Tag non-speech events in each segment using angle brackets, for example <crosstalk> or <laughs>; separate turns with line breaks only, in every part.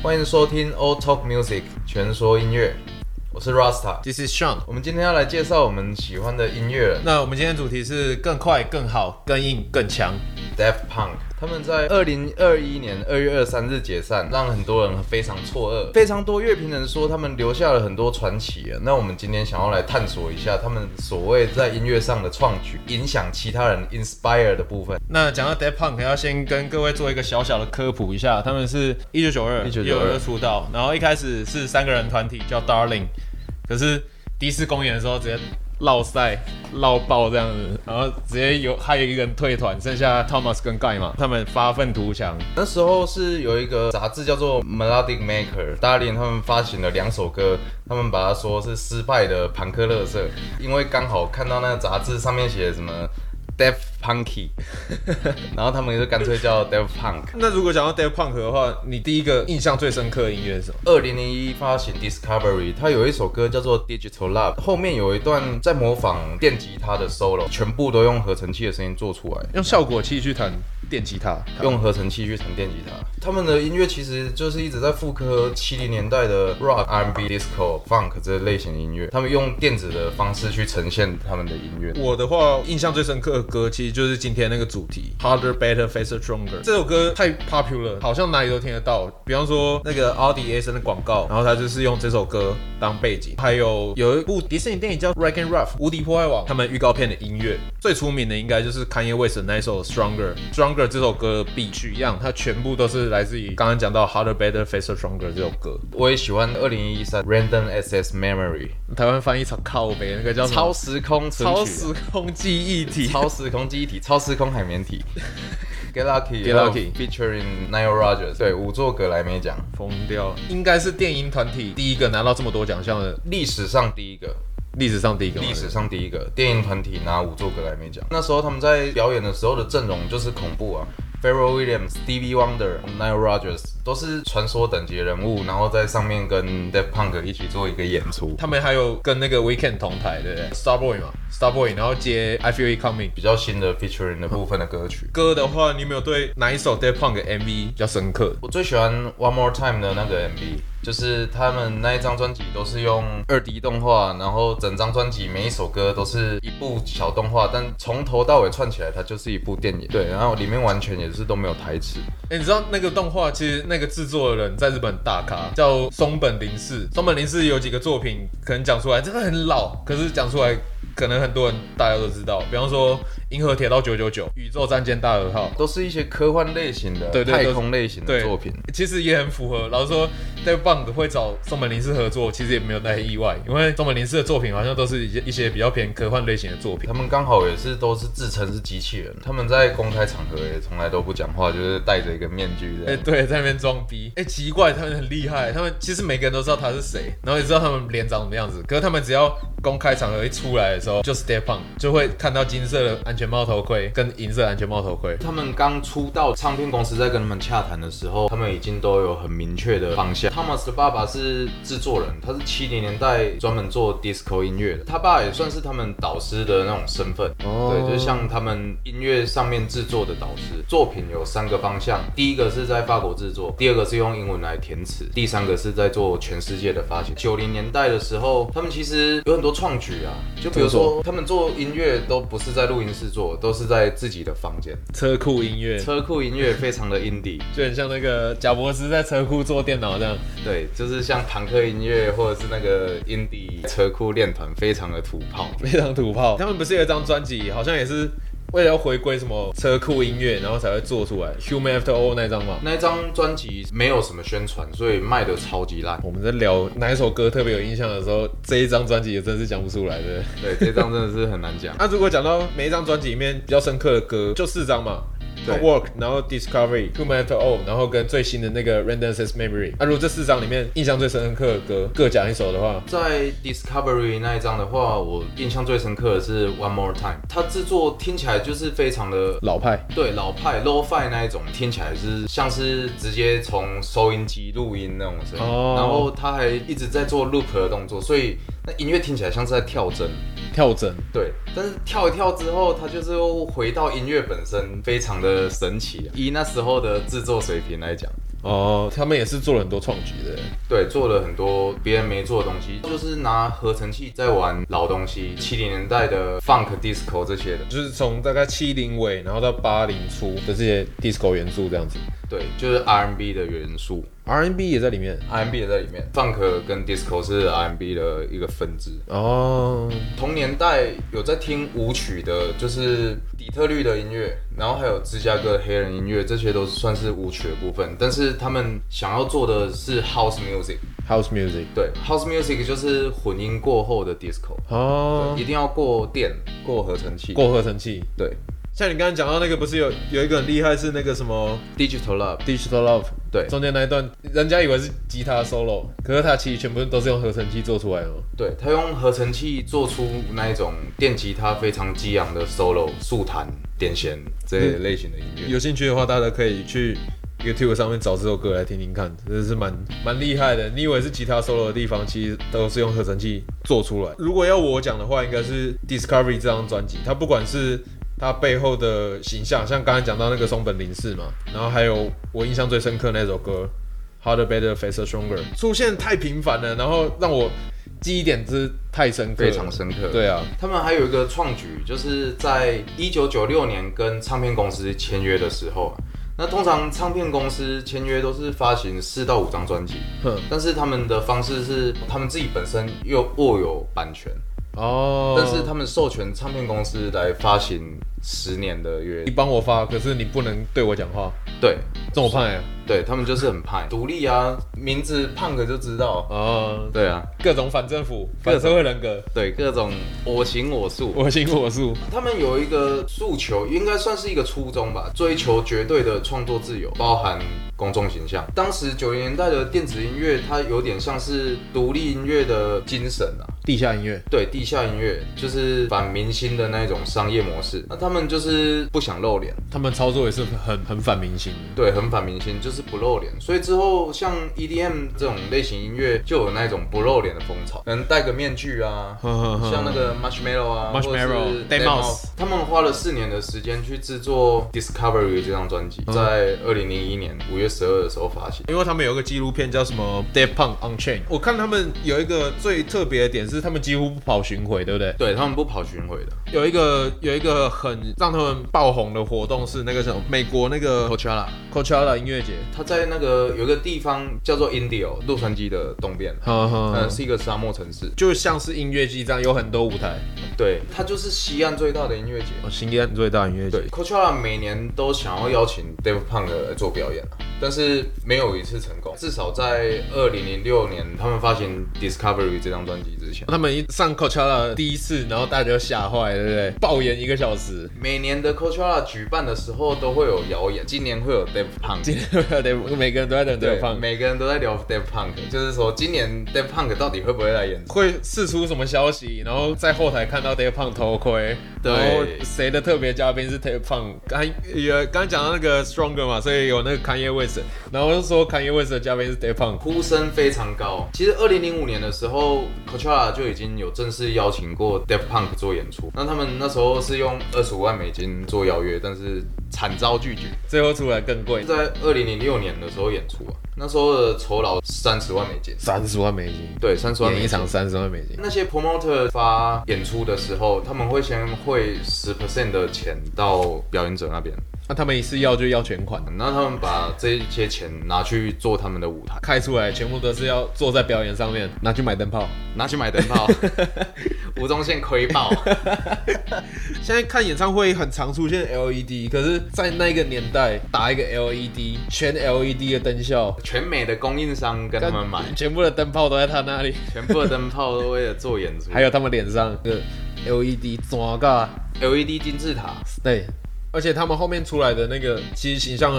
欢迎收听 All Talk Music 全说音乐，我是 Rasta。
This is Sean。
我们今天要来介绍我们喜欢的音乐人
那我们今天主题是更快、更好、更硬、更强。
Daft Punk，他们在二零二一年二月二三日解散，让很多人非常错愕。非常多乐评人说他们留下了很多传奇啊。那我们今天想要来探索一下他们所谓在音乐上的创举，影响其他人 inspire 的部分。
那讲到 Dead Punk，要先跟各位做一个小小的科普一下，他们是一九九二
1992
出道，然后一开始是三个人团体叫 Darling，可是第一次公演的时候直接落赛落爆这样子，然后直接有还有一个人退团，剩下 Thomas 跟 Guy 嘛，他们发愤图强。
那时候是有一个杂志叫做 Melodic Maker，大连他们发行了两首歌，他们把它说是失败的朋克乐色，因为刚好看到那个杂志上面写什么 Daft Punky，然后他们就干脆叫 Daft Punk。
那如果讲到 Dead Punk 的话，你第一个印象最深刻的音乐是什么？
二零零一发行 Discovery，它有一首歌叫做 Digital Love，后面有一段在模仿电吉他的 solo，全部都用合成器的声音做出来，
用效果器去弹电吉他，
用合成器去弹电吉他。他们的音乐其实就是一直在复刻七零年代的 rock、R&B、disco、funk 这类型的音乐，他们用电子的方式去呈现他们的音乐。
我的话，印象最深刻的歌其实就是今天那个主题《Harder, Better, Faster, Stronger》这首歌太 popular，好像哪里都听得到。比方说那个奥迪 A 森的广告，然后他就是用这首歌当背景。还有有一部迪士尼电影叫《Wreck and Ruff》无敌破坏王，他们预告片的音乐最出名的应该就是 Kanye West 的那一首《Stronger》。《Stronger》这首歌的必取样，它全部都是来自于刚刚讲到《Harder, Better, Faster, Stronger》这首歌。
我也喜欢二零一三 Random Access Memory
台湾翻译成靠背，那个叫什么啊
超时空存
超
取啊
时空记忆体。
超时 <laughs> 空记忆体、超时空海绵 <laughs> 体。Get Lucky,
Get Lucky
featuring Nile Rodgers，对，五座格莱美奖，
疯掉，应该是电音团体第一个拿到这么多奖项的，
历史上第一个，
历史上第一个嘛。
历史
对
上第一个电影团体拿五座格莱美奖。那时候他们在表演的时候的阵容就是恐怖啊。Pharrell Williams、Stevie Wonder、Nile Rodgers 都是传说等级的人物，然后在上面跟 Def Punk 一起做一个演出，
他们还有跟那个 Weekend 同台，对不对？Starboy 嘛，Starboy，然后接 I Feel It Coming。
比较新的 featuring 的部分的歌曲。
歌的话，你有没有对哪一首 Dead Punk 的 MV 比较深刻？
我最喜欢 One More Time 的那个 MV，就是他们那一张专辑都是用二 D 动画，然后整张专辑每一首歌都是一部小动画，但从头到尾串起来，它就是一部电影。对，然后里面完全也是都没有台词。
哎、你知道那个动画其实那个制作的人在日本很大咖，叫松本零士。松本零士有几个作品可能讲出来真的很老，可是讲出来可能很多人大家都知道，比方说《银河铁道999》《宇宙战舰大和号》。
都是一些科幻类型的、
对对
太空类型的
对
作品。
其实也很符合。老实说，Dave b u n k 会找松本零士合作，其实也没有太意外，因为松本零士的作品好像都是一些一些比较偏科幻类型的作品
他。们刚好也是都是自称是机器人，他们在公开场合也从来都不讲话，就是戴着一个面具这
哎、
样。
对，在那边装逼。哎、奇怪，他们很厉害，他们其实每个人都知道他是谁，然后也知道他们脸长什么样子。可是他们只要公开场合一出来的时候，就是 Dave b u n k 就会看到金色的安全帽头盔跟银色的安全帽头盔。
他们刚出道，唱片公司在跟他们洽谈的时候，他们已经都有很明确的方向。Thomas 的爸爸是制作人，他是七零年代专门做 disco 音乐的，他爸也算是他们导师的那种身份。
哦
对，就是像他们音乐上面制作的导师，作品有三个方向，第一个是在法国制作，第二个是用英文来填词，第三个是在做全世界的发行。九零年代的时候，他们其实有很多创举啊，就比如
怎么
说他们做音乐都不是在录音室做，都是在自己的房间。
车库音乐
车库音乐非常的 indie，
就很像那个贾博士在车库做电脑这样。
对，就是像朋克音乐或者是那个 indie 车库练团非常的土炮。
非常土炮。他们不是有一张专辑，好像也是为了要回归什么车库音乐，然后才会做出来《Human After All》那一张嘛。
那一张专辑没有什么宣传，所以卖的超级烂。
我们在聊哪一首歌特别有印象的时候，这一张专辑也真是讲不出来的。
对，这张真的是很难讲。
那、啊如果讲到每一张专辑里面比较深刻的歌，就四张嘛。
对
Hard Work，然后 Discovery、Human After All，然后跟最新的那个 Random Access Memory。那、如啊果这四张里面印象最深刻的歌各讲一首的话，
在 Discovery 那一张的话，我印象最深刻的是 One More Time，它制作听起来就是非常的
老派
对老派 low-fi 那一种，听起来是像是直接从收音机录音那种声音
哦
然后他还一直在做 loop 的动作，所以那音乐听起来像是在跳针。
跳整，
对，但是跳一跳之后，它就是又回到音乐本身，非常的神奇、啊。以那时候的制作水平来讲，
哦，他们也是做了很多创举的。
对，做了很多别人没做的东西，就是拿合成器在玩老东西，七零年代的 funk disco 这些的。
就是从大概七零尾，然后到八零初的这些 disco 元素这样子
对，就是 R&B 的元素
，R&B 也在里面。
，R&B 也在里面。funk 跟 disco 是 R&B 的一个分支。
哦，
同年代有在听舞曲的，就是底特律的音乐，然后还有芝加哥的黑人音乐，这些都算是舞曲的部分。但是他们想要做的是 house music，
house music。
对，house music 就是混音过后的 disco，、
哦
一，定要过电，过合成器，
过合成器。
对
像你刚刚讲到那个，不是有有一个很厉害是那个什么
digital love，
digital love，
对
中间那一段人家以为是吉他 solo，可是它其实全部都是用合成器做出来的哦。
对他用合成器做出那一种电吉他非常激昂的 solo、速弹、点弦这类类型的音乐。
嗯有兴趣的话，大家可以去 YouTube 上面找这首歌来听听看，真的是蛮蛮厉害的。你以为是吉他 solo 的地方，其实都是用合成器做出来。如果要我讲的话，应该是 Discovery 这张专辑，它不管是它背后的形象，像刚才讲到那个松本零士嘛，然后还有我印象最深刻那首歌 Harder, Better, Faster, Stronger，出现太频繁了，然后让我记忆点真是太深刻了，
非常深刻，
对啊，
他们还有一个创举，就是在一九九六年跟唱片公司签约的时候啊，那通常唱片公司签约都是发行四到五张专辑，
哼，
但是他们的方式是他们自己本身又握有版权，
哦，
但是他们授权唱片公司来发行十年的约
你，帮我发，可是你不能对我讲话，
对。
这么派啊。
对他们就是很派，独立啊，名字胖哥就知道。
哦，
对啊，
各种反政府、反社会人格，
对各种我行我素，
我行我素。
他们有一个诉求，应该算是一个初衷吧，追求绝对的创作自由，包含公众形象。当时九零年代的电子音乐，它有点像是独立音乐的精神啊。
地下音乐，
对地下音乐就是反明星的那一种商业模式，那他们就是不想露脸，
他们操作也是很很反明星的。
对，很反明星，就是不露脸。所以之后像 EDM 这种类型音乐，就有那一种不露脸的风潮，可能戴个面具啊，像那个 Marshmallow 啊
Marshmello，
或者是
Dead Mouse
他们花了四年的时间去制作《Discovery》这张专辑，在二零零一年五月十二的时候发行。
因为他们有一个纪录片叫什么《Dead Punk on Chain》，我看他们有一个最特别的点是，他们几乎不跑巡回，对不对？
对他们不跑巡回的
有一个有一个很让他们爆红的活动是那个什么美国那个
Coachella，
Coachella 音乐节，
他在那个有一个地方叫做 Indio，洛杉矶的东边，
哈
嗯，是一个沙漠城市。
呃就像是音乐季这样，有很多舞台。
对，它就是西岸最大的音乐节。
哦，新安最大音乐节
对，，Coachella 每年都想要邀请 Dave Punk 来做表演啊，但是没有一次成功。至少在二零零六年他们发行《Discovery》这张专辑之前，
他们一上 Coachella 第一次，然后大家就吓坏，对不对？爆演一个小时。 <laughs>
每年的 Coachella 举办的时候都会有谣言，今年会有 Dave Punk。
今天对每个人都在等对
对，
方，
每个人都在聊 Dave Punk，就是说今年 Dave Punk 到底会不会来演出？
会试出什么消息，然后在后台看到 Dave 胖头盔，
对
然后谁的特别嘉宾是 Dave 胖，刚也刚讲到那个 Stronger 嘛，所以有那个 Kanye West，然后就说 Kanye West 的嘉宾是 Dave 胖，
呼声非常高。其实二零零五年的时候，Coachella 就已经有正式邀请过 d e f Punk 做演出，那他们那时候是用二十五万美金做邀约，但是惨遭拒绝。
最后出来更贵，
在二零零六年的时候演出啊，那时候的酬劳三十万美金，
三十万美金，
对，三十万美
演一
金。
场三十万美金，
那些 promoter 发演出的时候，他们会先汇十 percent 的钱到表演者那边，
那他们一次要就要全款，
那他们把这些钱拿去做他们的舞台，
开出来全部都是要坐在表演上面，拿去买灯泡。
拿去买灯泡， <laughs> 吴宗宪亏爆。 <laughs>
现在看演唱会很常出现 LED，可是，在那个年代打一个 LED 全 LED 的灯效，
全美的供应商跟他们买，
全部的灯泡都在他那里， <laughs>
全部的灯泡都为了做演出，
还有他们脸上的 LED 整个
LED E 金字塔，
对，而且他们后面出来的那个其实形象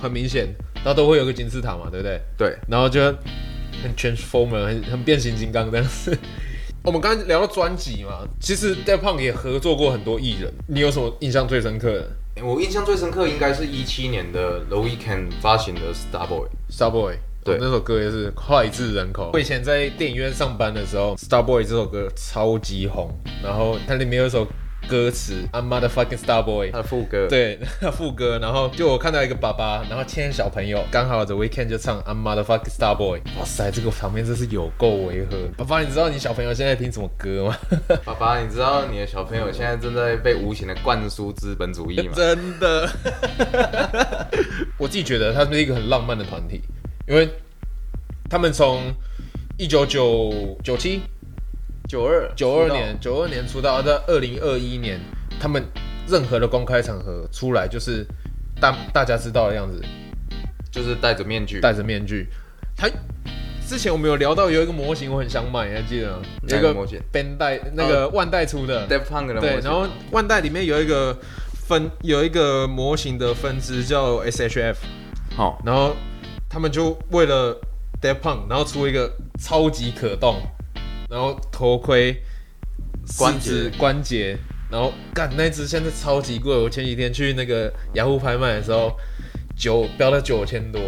很明显，它都会有个金字塔嘛，对不对？
对，
然后就很 transformer，很很变形金刚这样子。 <laughs> 我们刚才聊到专辑嘛，其实 d e a Punk 也合作过很多艺人，你有什么印象最深刻的
我印象最深刻应该是一七年的 The Weeknd 发行的 Starboy。
？Starboy。
对
哦那首歌也是脍炙人口。我以前在电影院上班的时候，《Starboy》这首歌超级红，然后它里面有一首歌词，I'm motherfucking star boy，
他的副歌，，
对， <laughs> 副歌，然后就我看到一个爸爸，然后牵小朋友，刚好 The Weeknd 就唱 I'm motherfucking star boy，哇塞，这个旁边真是有够违和。爸爸，你知道你小朋友现在听什么歌吗？
爸爸，你知道你的小朋友现在正在被无情的灌输资本主义 <laughs> 吗？
真的， <laughs> 我自己觉得他们是一个很浪漫的团体，因为他们从一九九九七
九二
九二年，九二年出道，啊到二零二一年，他们任何的公开场合出来就是大大家知道的样子，
就是戴着面具，
戴着面具。他之前我们有聊到有一个模型，我很想买，你还记得吗？
哪
有
个
一个
模型呃
b 代那个万代出的，
Def Punk 的模型
对，然后万代里面有一个分有一个模型的分支叫 SHF，
好，
然后他们就为了 Dead Punk，然后出一个超级可动，然后头盔、
关
四肢
节
关节，然后干那只现在超级贵，我前几天去那个雅虎拍卖的时候，九标到九千多，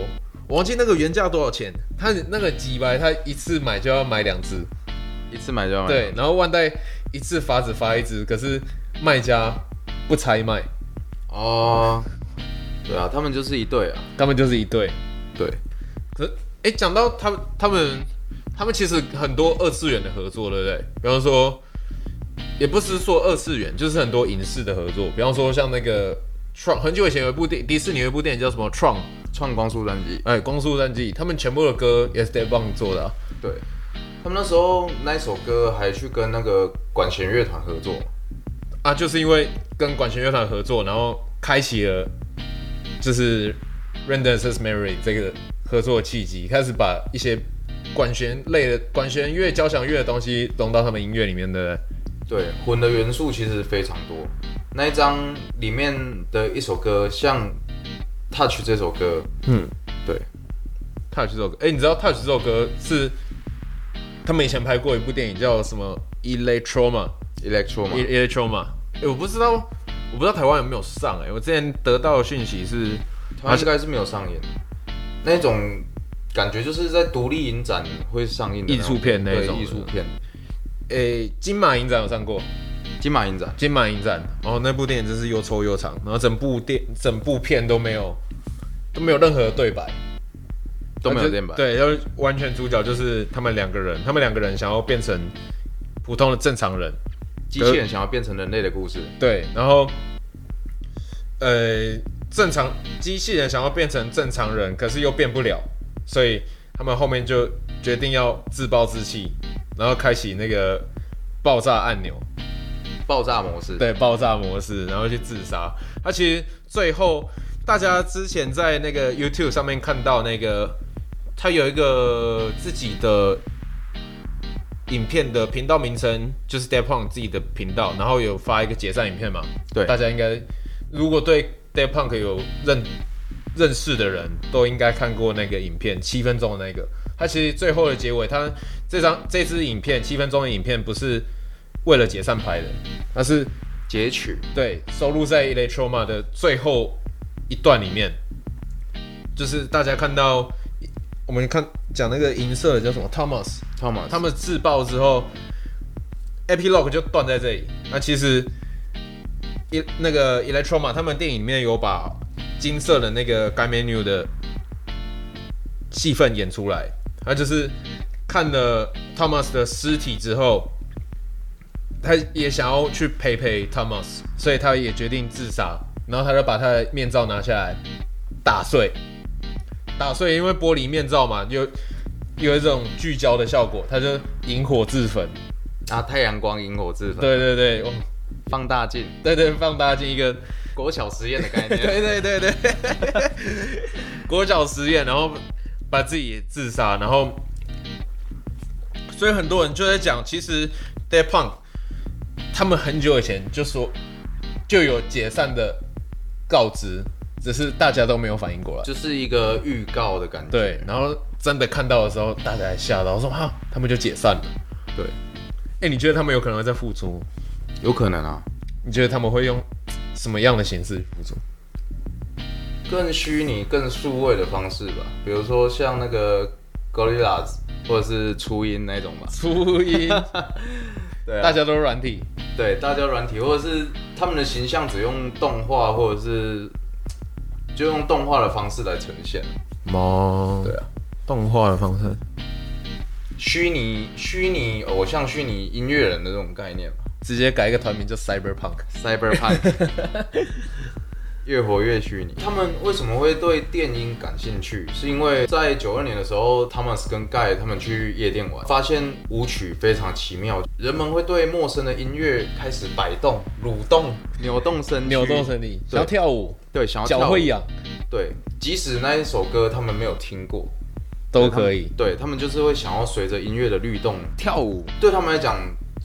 我忘记那个原价多少钱，他那个几百，他一次买就要买两只，
一次买就买，
对，，然后万代一次发只发一只，可是卖家不拆卖，
哦，对啊，他们就是一对啊，
他们就是一对。
对，
可是，哎、讲到他们，他们，他们其实很多二次元的合作，对不对？比方说，也不是说二次元，就是很多影视的合作。比方说，像那个 Tron，很久以前有一部电迪士尼有一部电影叫什么 Tron，
创光速专辑，
哎、光速战记，他们全部的歌也是 d a v e b o n 做的、啊。
对，他们那时候那一首歌还去跟那个管弦乐团合作，
啊，就是因为跟管弦乐团合作，然后开启了就是 Renders is Mary 这个合作的契机，开始把一些管弦类的管弦乐、交响乐的东西融到他们音乐里面，对不对？
对，混的元素其实非常多。那一张里面的一首歌，像《Touch》这首歌，
嗯
对，
，Touch 这首歌，哎、你知道 Touch 这首歌是他们以前拍过一部电影叫什么 Electro 吗？
Electro 嘛，
e l e c t r o 嘛，哎、我不知道，我不知道台湾有没有上、哎，我之前得到的讯息是，
它应该是没有上映。那种感觉就是在独立影展会上映的种
艺术片那
对
种的
艺术片，
哎、金马影展有上过，
金马影展。
金马影展，然后那部电影真是又臭又长，然后整部电整部片都没有都没有任何对白，啊
都没有
它就
对白
对，要完全主角就是他们两个人，他们两个人想要变成普通的正常人，
机器人想要变成人类的故事，
对，然后呃，正常机器人想要变成正常人，可是又变不了，所以他们后面就决定要自暴自弃，然后开启那个爆炸按钮。
爆炸模式。
对爆炸模式，然后去自杀。他其实最后，大家之前在那个 YouTube 上面看到那个，他有一个自己的影片的频道名称，就是 d e a d p u n k 自己的频道，然后有发一个解散影片嘛。
对
大家应该如果对 d e a d p u n k 有认认识的人都应该看过那个影片，七分钟的那个。他其实最后的结尾，他这张这支影片七分钟的影片不是为了解散拍的，而是
截取
对，收录在 Electroma 的最后一段里面，就是大家看到我们看讲那个银色的叫什么 Thomas，
Thomas，
他们自爆之后，Epilogue 就断在这里。那其实一那个 Electroma 他们电影里面有把金色的那个 g a Menu 的戏份演出来，那就是看了 Thomas 的尸体之后，他也想要去陪陪 Thomas，所以他也决定自杀，然后他就把他的面罩拿下来打碎，打碎，因为玻璃面罩嘛，有有一种聚焦的效果，他就引火自焚。
啊，太阳光引火自焚，
对对对，哦，
放大镜，
对对，放大镜一个，
国小实验的概念。
<laughs> 对对对对， <laughs> 国脚实验，然后把自己也自杀，然后，所以很多人就在讲，其实 d e a d Punk 他们很久以前就说就有解散的告知，只是大家都没有反应过
<laughs>
来。
就是一个预告的感觉。
对，然后真的看到的时候，大家还吓到，说哈，他们就解散了。
对，
哎、你觉得他们有可能会再复出？
有可能啊，
你觉得他们会用什么样的
<laughs>
形式复出？
更虚拟、更数位的方式吧，比如说像那个 Gorillaz 或者是初音那种吧。
初音，
对啊
大家都是软体，
对大家软体，或者是他们的形象只用动画，或者是就用动画的方式来呈现。
哦，
对，啊，
动画的方式，
虚拟虚拟偶像、虚拟音乐人的这种概念嘛
直接改一个团名叫 Cyberpunk。
，Cyberpunk，越活越虚拟。他们为什么会对电音感兴趣？是因为在九二年的时候，Thomas 跟 Guy 他们去夜店玩，发现舞曲非常奇妙，人们会对陌生的音乐开始摆动、蠕动、扭动身躯
扭动身体，
对
想要跳舞，
对，想要
脚
跳舞
会痒
对，即使那一首歌他们没有听过，
都可以。
对他们就是会想要随着音乐的律动，
跳舞
对他们来讲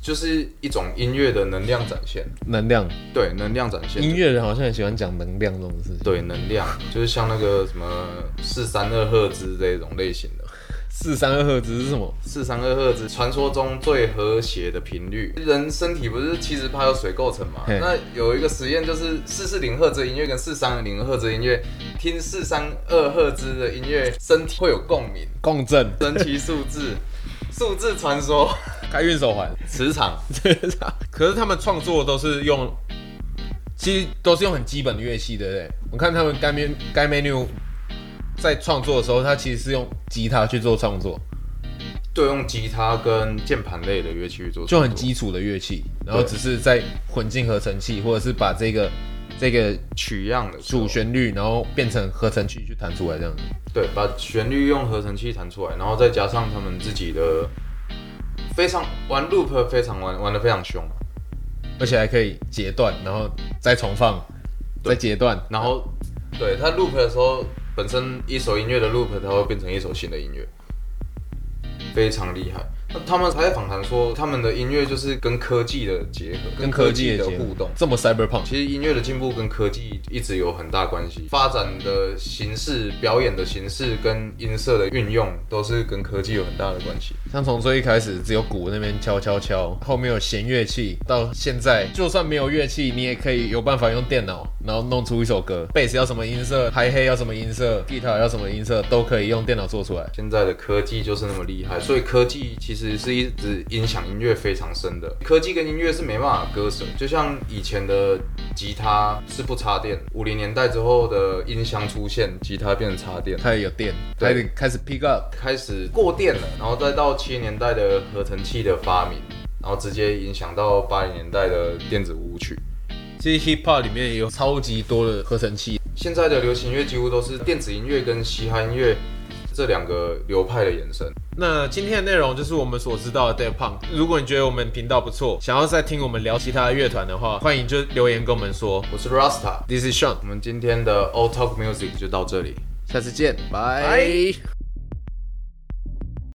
就是一种音乐的能量展现，
能量，
对，能量展现，
音乐人好像很喜欢讲能量这种事情。
对，能量 <laughs> 就是像那个什么四三二赫兹这种类型的，
四三二赫兹是什么？
四三二赫兹，传说中最和谐的频率。人身体不是七十趴由水构成嘛？
嘿
那有一个实验就是四四零赫兹音乐跟四三零赫兹音乐，听四三二赫兹的音乐，身体会有共鸣。 <laughs>
共振，
神奇数字， <laughs> 数字传说，
开运手环。
磁场，
<laughs> 可是他们创作都是用，其实都是用很基本的乐器，对不对？我看他们该 menu 该 menu 在创作的时候，他其实是用吉他去做创作，
就用吉他跟键盘类的乐器去做，
就很基础的乐器，然后
对
只是在混进合成器，或者是把这个这个
取样的时候
主，旋律，然后变成合成器去弹出来这样子。
对，把旋律用合成器弹出来，然后再加上他们自己的非常玩 loop 非常玩玩的非常凶，
而且还可以截断，然后再重放，再截断，
然后对他 loop 的时候，本身一首音乐的 loop 它会变成一首新的音乐，非常厉害。那他们还在访谈说，他们的音乐就是跟科技的结合，
跟科技
的
的结合
互动。
这么 cyberpunk，
其实音乐的进步跟科技一直有很大关系，发展的形式、表演的形式跟音色的运用都是跟科技有很大的关系。
像从最一开始只有鼓那边敲敲敲，后面有弦乐器，到现在就算没有乐器，你也可以有办法用电脑，然后弄出一首歌。贝斯要什么音色，嗨黑要什么音色，吉他要什么音色，都可以用电脑做出来。
现在的科技就是那么厉害，所以科技其实是一直影响音乐非常深的。科技跟音乐是没办法割舍，就像以前的吉他是不插电，五零年代之后的音箱出现，吉他变成插电，
开始有电，
对
开始开始 pick up，
开始过电了，然后再到七零年代的合成器的发明，然后直接影响到八零年代的电子舞曲。
其实 hip hop 里面也有超级多的合成器，
现在的流行乐几乎都是电子音乐跟嘻哈音乐这两个流派的延伸。
那今天的内容就是我们所知道的 Dead Punk。如果你觉得我们频道不错，想要再听我们聊其他的乐团的话，欢迎就留言跟我们说。
我是 Rasta，
This is Sean，
我们今天的 All Talk Music 就到这里。
下次见，拜。
拜